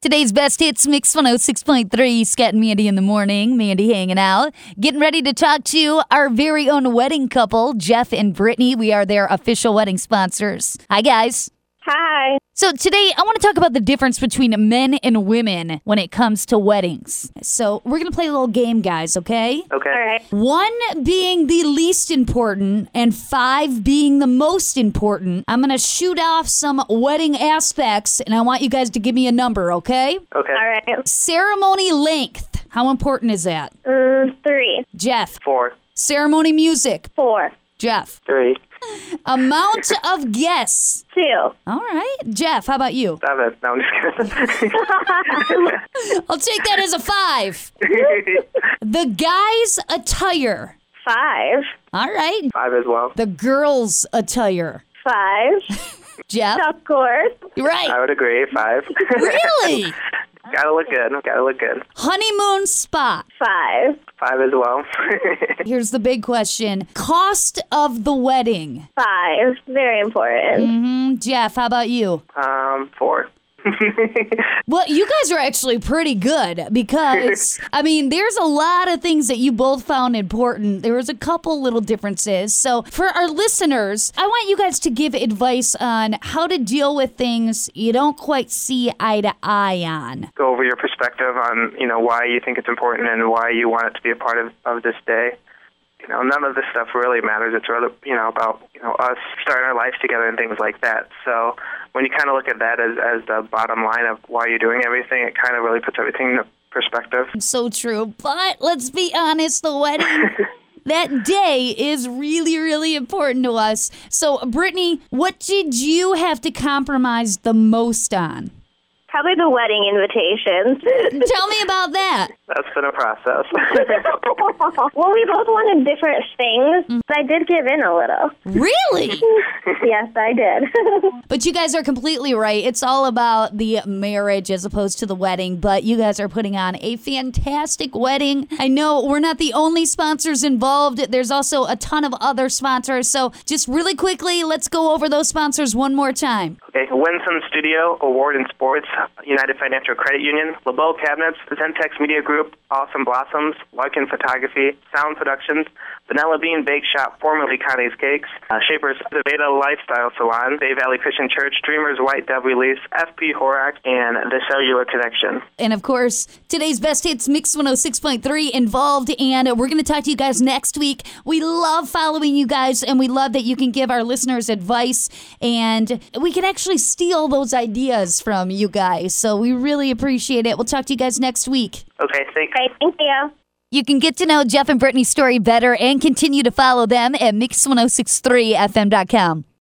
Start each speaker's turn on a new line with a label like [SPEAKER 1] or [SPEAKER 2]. [SPEAKER 1] Today's best hits mix 106.3, Scott and Mandy in the morning. Mandy hanging out. Getting ready to talk to our very own wedding couple, Jeff and Brittany. We are their official wedding sponsors. Hi, guys.
[SPEAKER 2] Hi.
[SPEAKER 1] So today I want to talk about the difference between men and women when it comes to weddings. So we're going to play a little game, guys, okay?
[SPEAKER 3] Okay.
[SPEAKER 2] All right.
[SPEAKER 1] One being the least important and five being the most important. I'm going to shoot off some wedding aspects and I want you guys to give me a number, okay?
[SPEAKER 3] Okay.
[SPEAKER 2] All right.
[SPEAKER 1] Ceremony length. How important is that?
[SPEAKER 2] Mm, three,
[SPEAKER 1] Jeff.
[SPEAKER 3] Four,
[SPEAKER 1] Ceremony music.
[SPEAKER 2] four,
[SPEAKER 1] Jeff.
[SPEAKER 3] three,
[SPEAKER 1] Amount of guests.
[SPEAKER 2] two.
[SPEAKER 1] All right. Jeff, how about you?
[SPEAKER 3] seven. No, I'm just kidding.
[SPEAKER 1] I'll take that as a five. The guy's attire.
[SPEAKER 2] Five.
[SPEAKER 1] All right.
[SPEAKER 3] Five as well.
[SPEAKER 1] The girl's attire.
[SPEAKER 2] Five.
[SPEAKER 1] Jeff,
[SPEAKER 2] Of course.
[SPEAKER 1] you're
[SPEAKER 3] I
[SPEAKER 1] right.
[SPEAKER 3] would agree. Five.
[SPEAKER 1] Really?
[SPEAKER 3] Gotta look good. Gotta look good.
[SPEAKER 1] Honeymoon spot.
[SPEAKER 2] Five.
[SPEAKER 3] Five as well.
[SPEAKER 1] Here's the big question cost of the wedding.
[SPEAKER 2] Five. Very important.
[SPEAKER 1] Mm, Jeff, how about you?
[SPEAKER 3] um, four.
[SPEAKER 1] Well, you guys are actually pretty good because, I mean, there's a lot of things that you both found important. There was a couple little differences. So, for our listeners, I want you guys to give advice on how to deal with things you don't quite see eye to eye on.
[SPEAKER 3] Go over your perspective on you know why you think it's important and why you want it to be a part of of this day. You know, none of this stuff really matters. It's really you know about you know us starting our lives together and things like that. So when you kind of look at that as as the bottom line of why you're doing everything, it kind of really puts everything into perspective.
[SPEAKER 1] So true. But let's be honest, the wedding. That day is really, really important to us. So, Brittany, what did you have to compromise the most on?
[SPEAKER 2] Probably the wedding invitations.
[SPEAKER 1] Tell me about that.
[SPEAKER 3] That's been a process.
[SPEAKER 2] well, we both wanted different things, but I did give in a little.
[SPEAKER 1] Really?
[SPEAKER 2] yes, I did.
[SPEAKER 1] But you guys are completely right. It's all about the marriage as opposed to the wedding, but you guys are putting on a fantastic wedding. I know we're not the only sponsors involved. There's also a ton of other sponsors. So, just really quickly, let's go over those sponsors one more time.
[SPEAKER 3] Okay, Winsome Studio, Award in Sports, United Financial Credit Union, LeBeau Cabinets, Zentex Media Group, Awesome Blossoms, Larkin Photography, Sound Productions, Vanilla Bean Bake Shop, formerly Connie's Cakes, uh, Shapers Veda Lifestyle Salon, Bay Valley Christian Church, Dreamers White Dove Release, FP Horak, and The Cellular Connection.
[SPEAKER 1] And of course, today's best hits Mix 106.3 involved. And we're going to talk to you guys next week. We love following you guys and we love that you can give our listeners advice and we can actually steal those ideas from you guys. So we really appreciate it. We'll talk to you guys next week.
[SPEAKER 3] Okay, thanks.
[SPEAKER 2] Great. Thank you.
[SPEAKER 1] You can get to know oh Jeff and Brittany's story better and continue to follow them at Mix1063fm.com.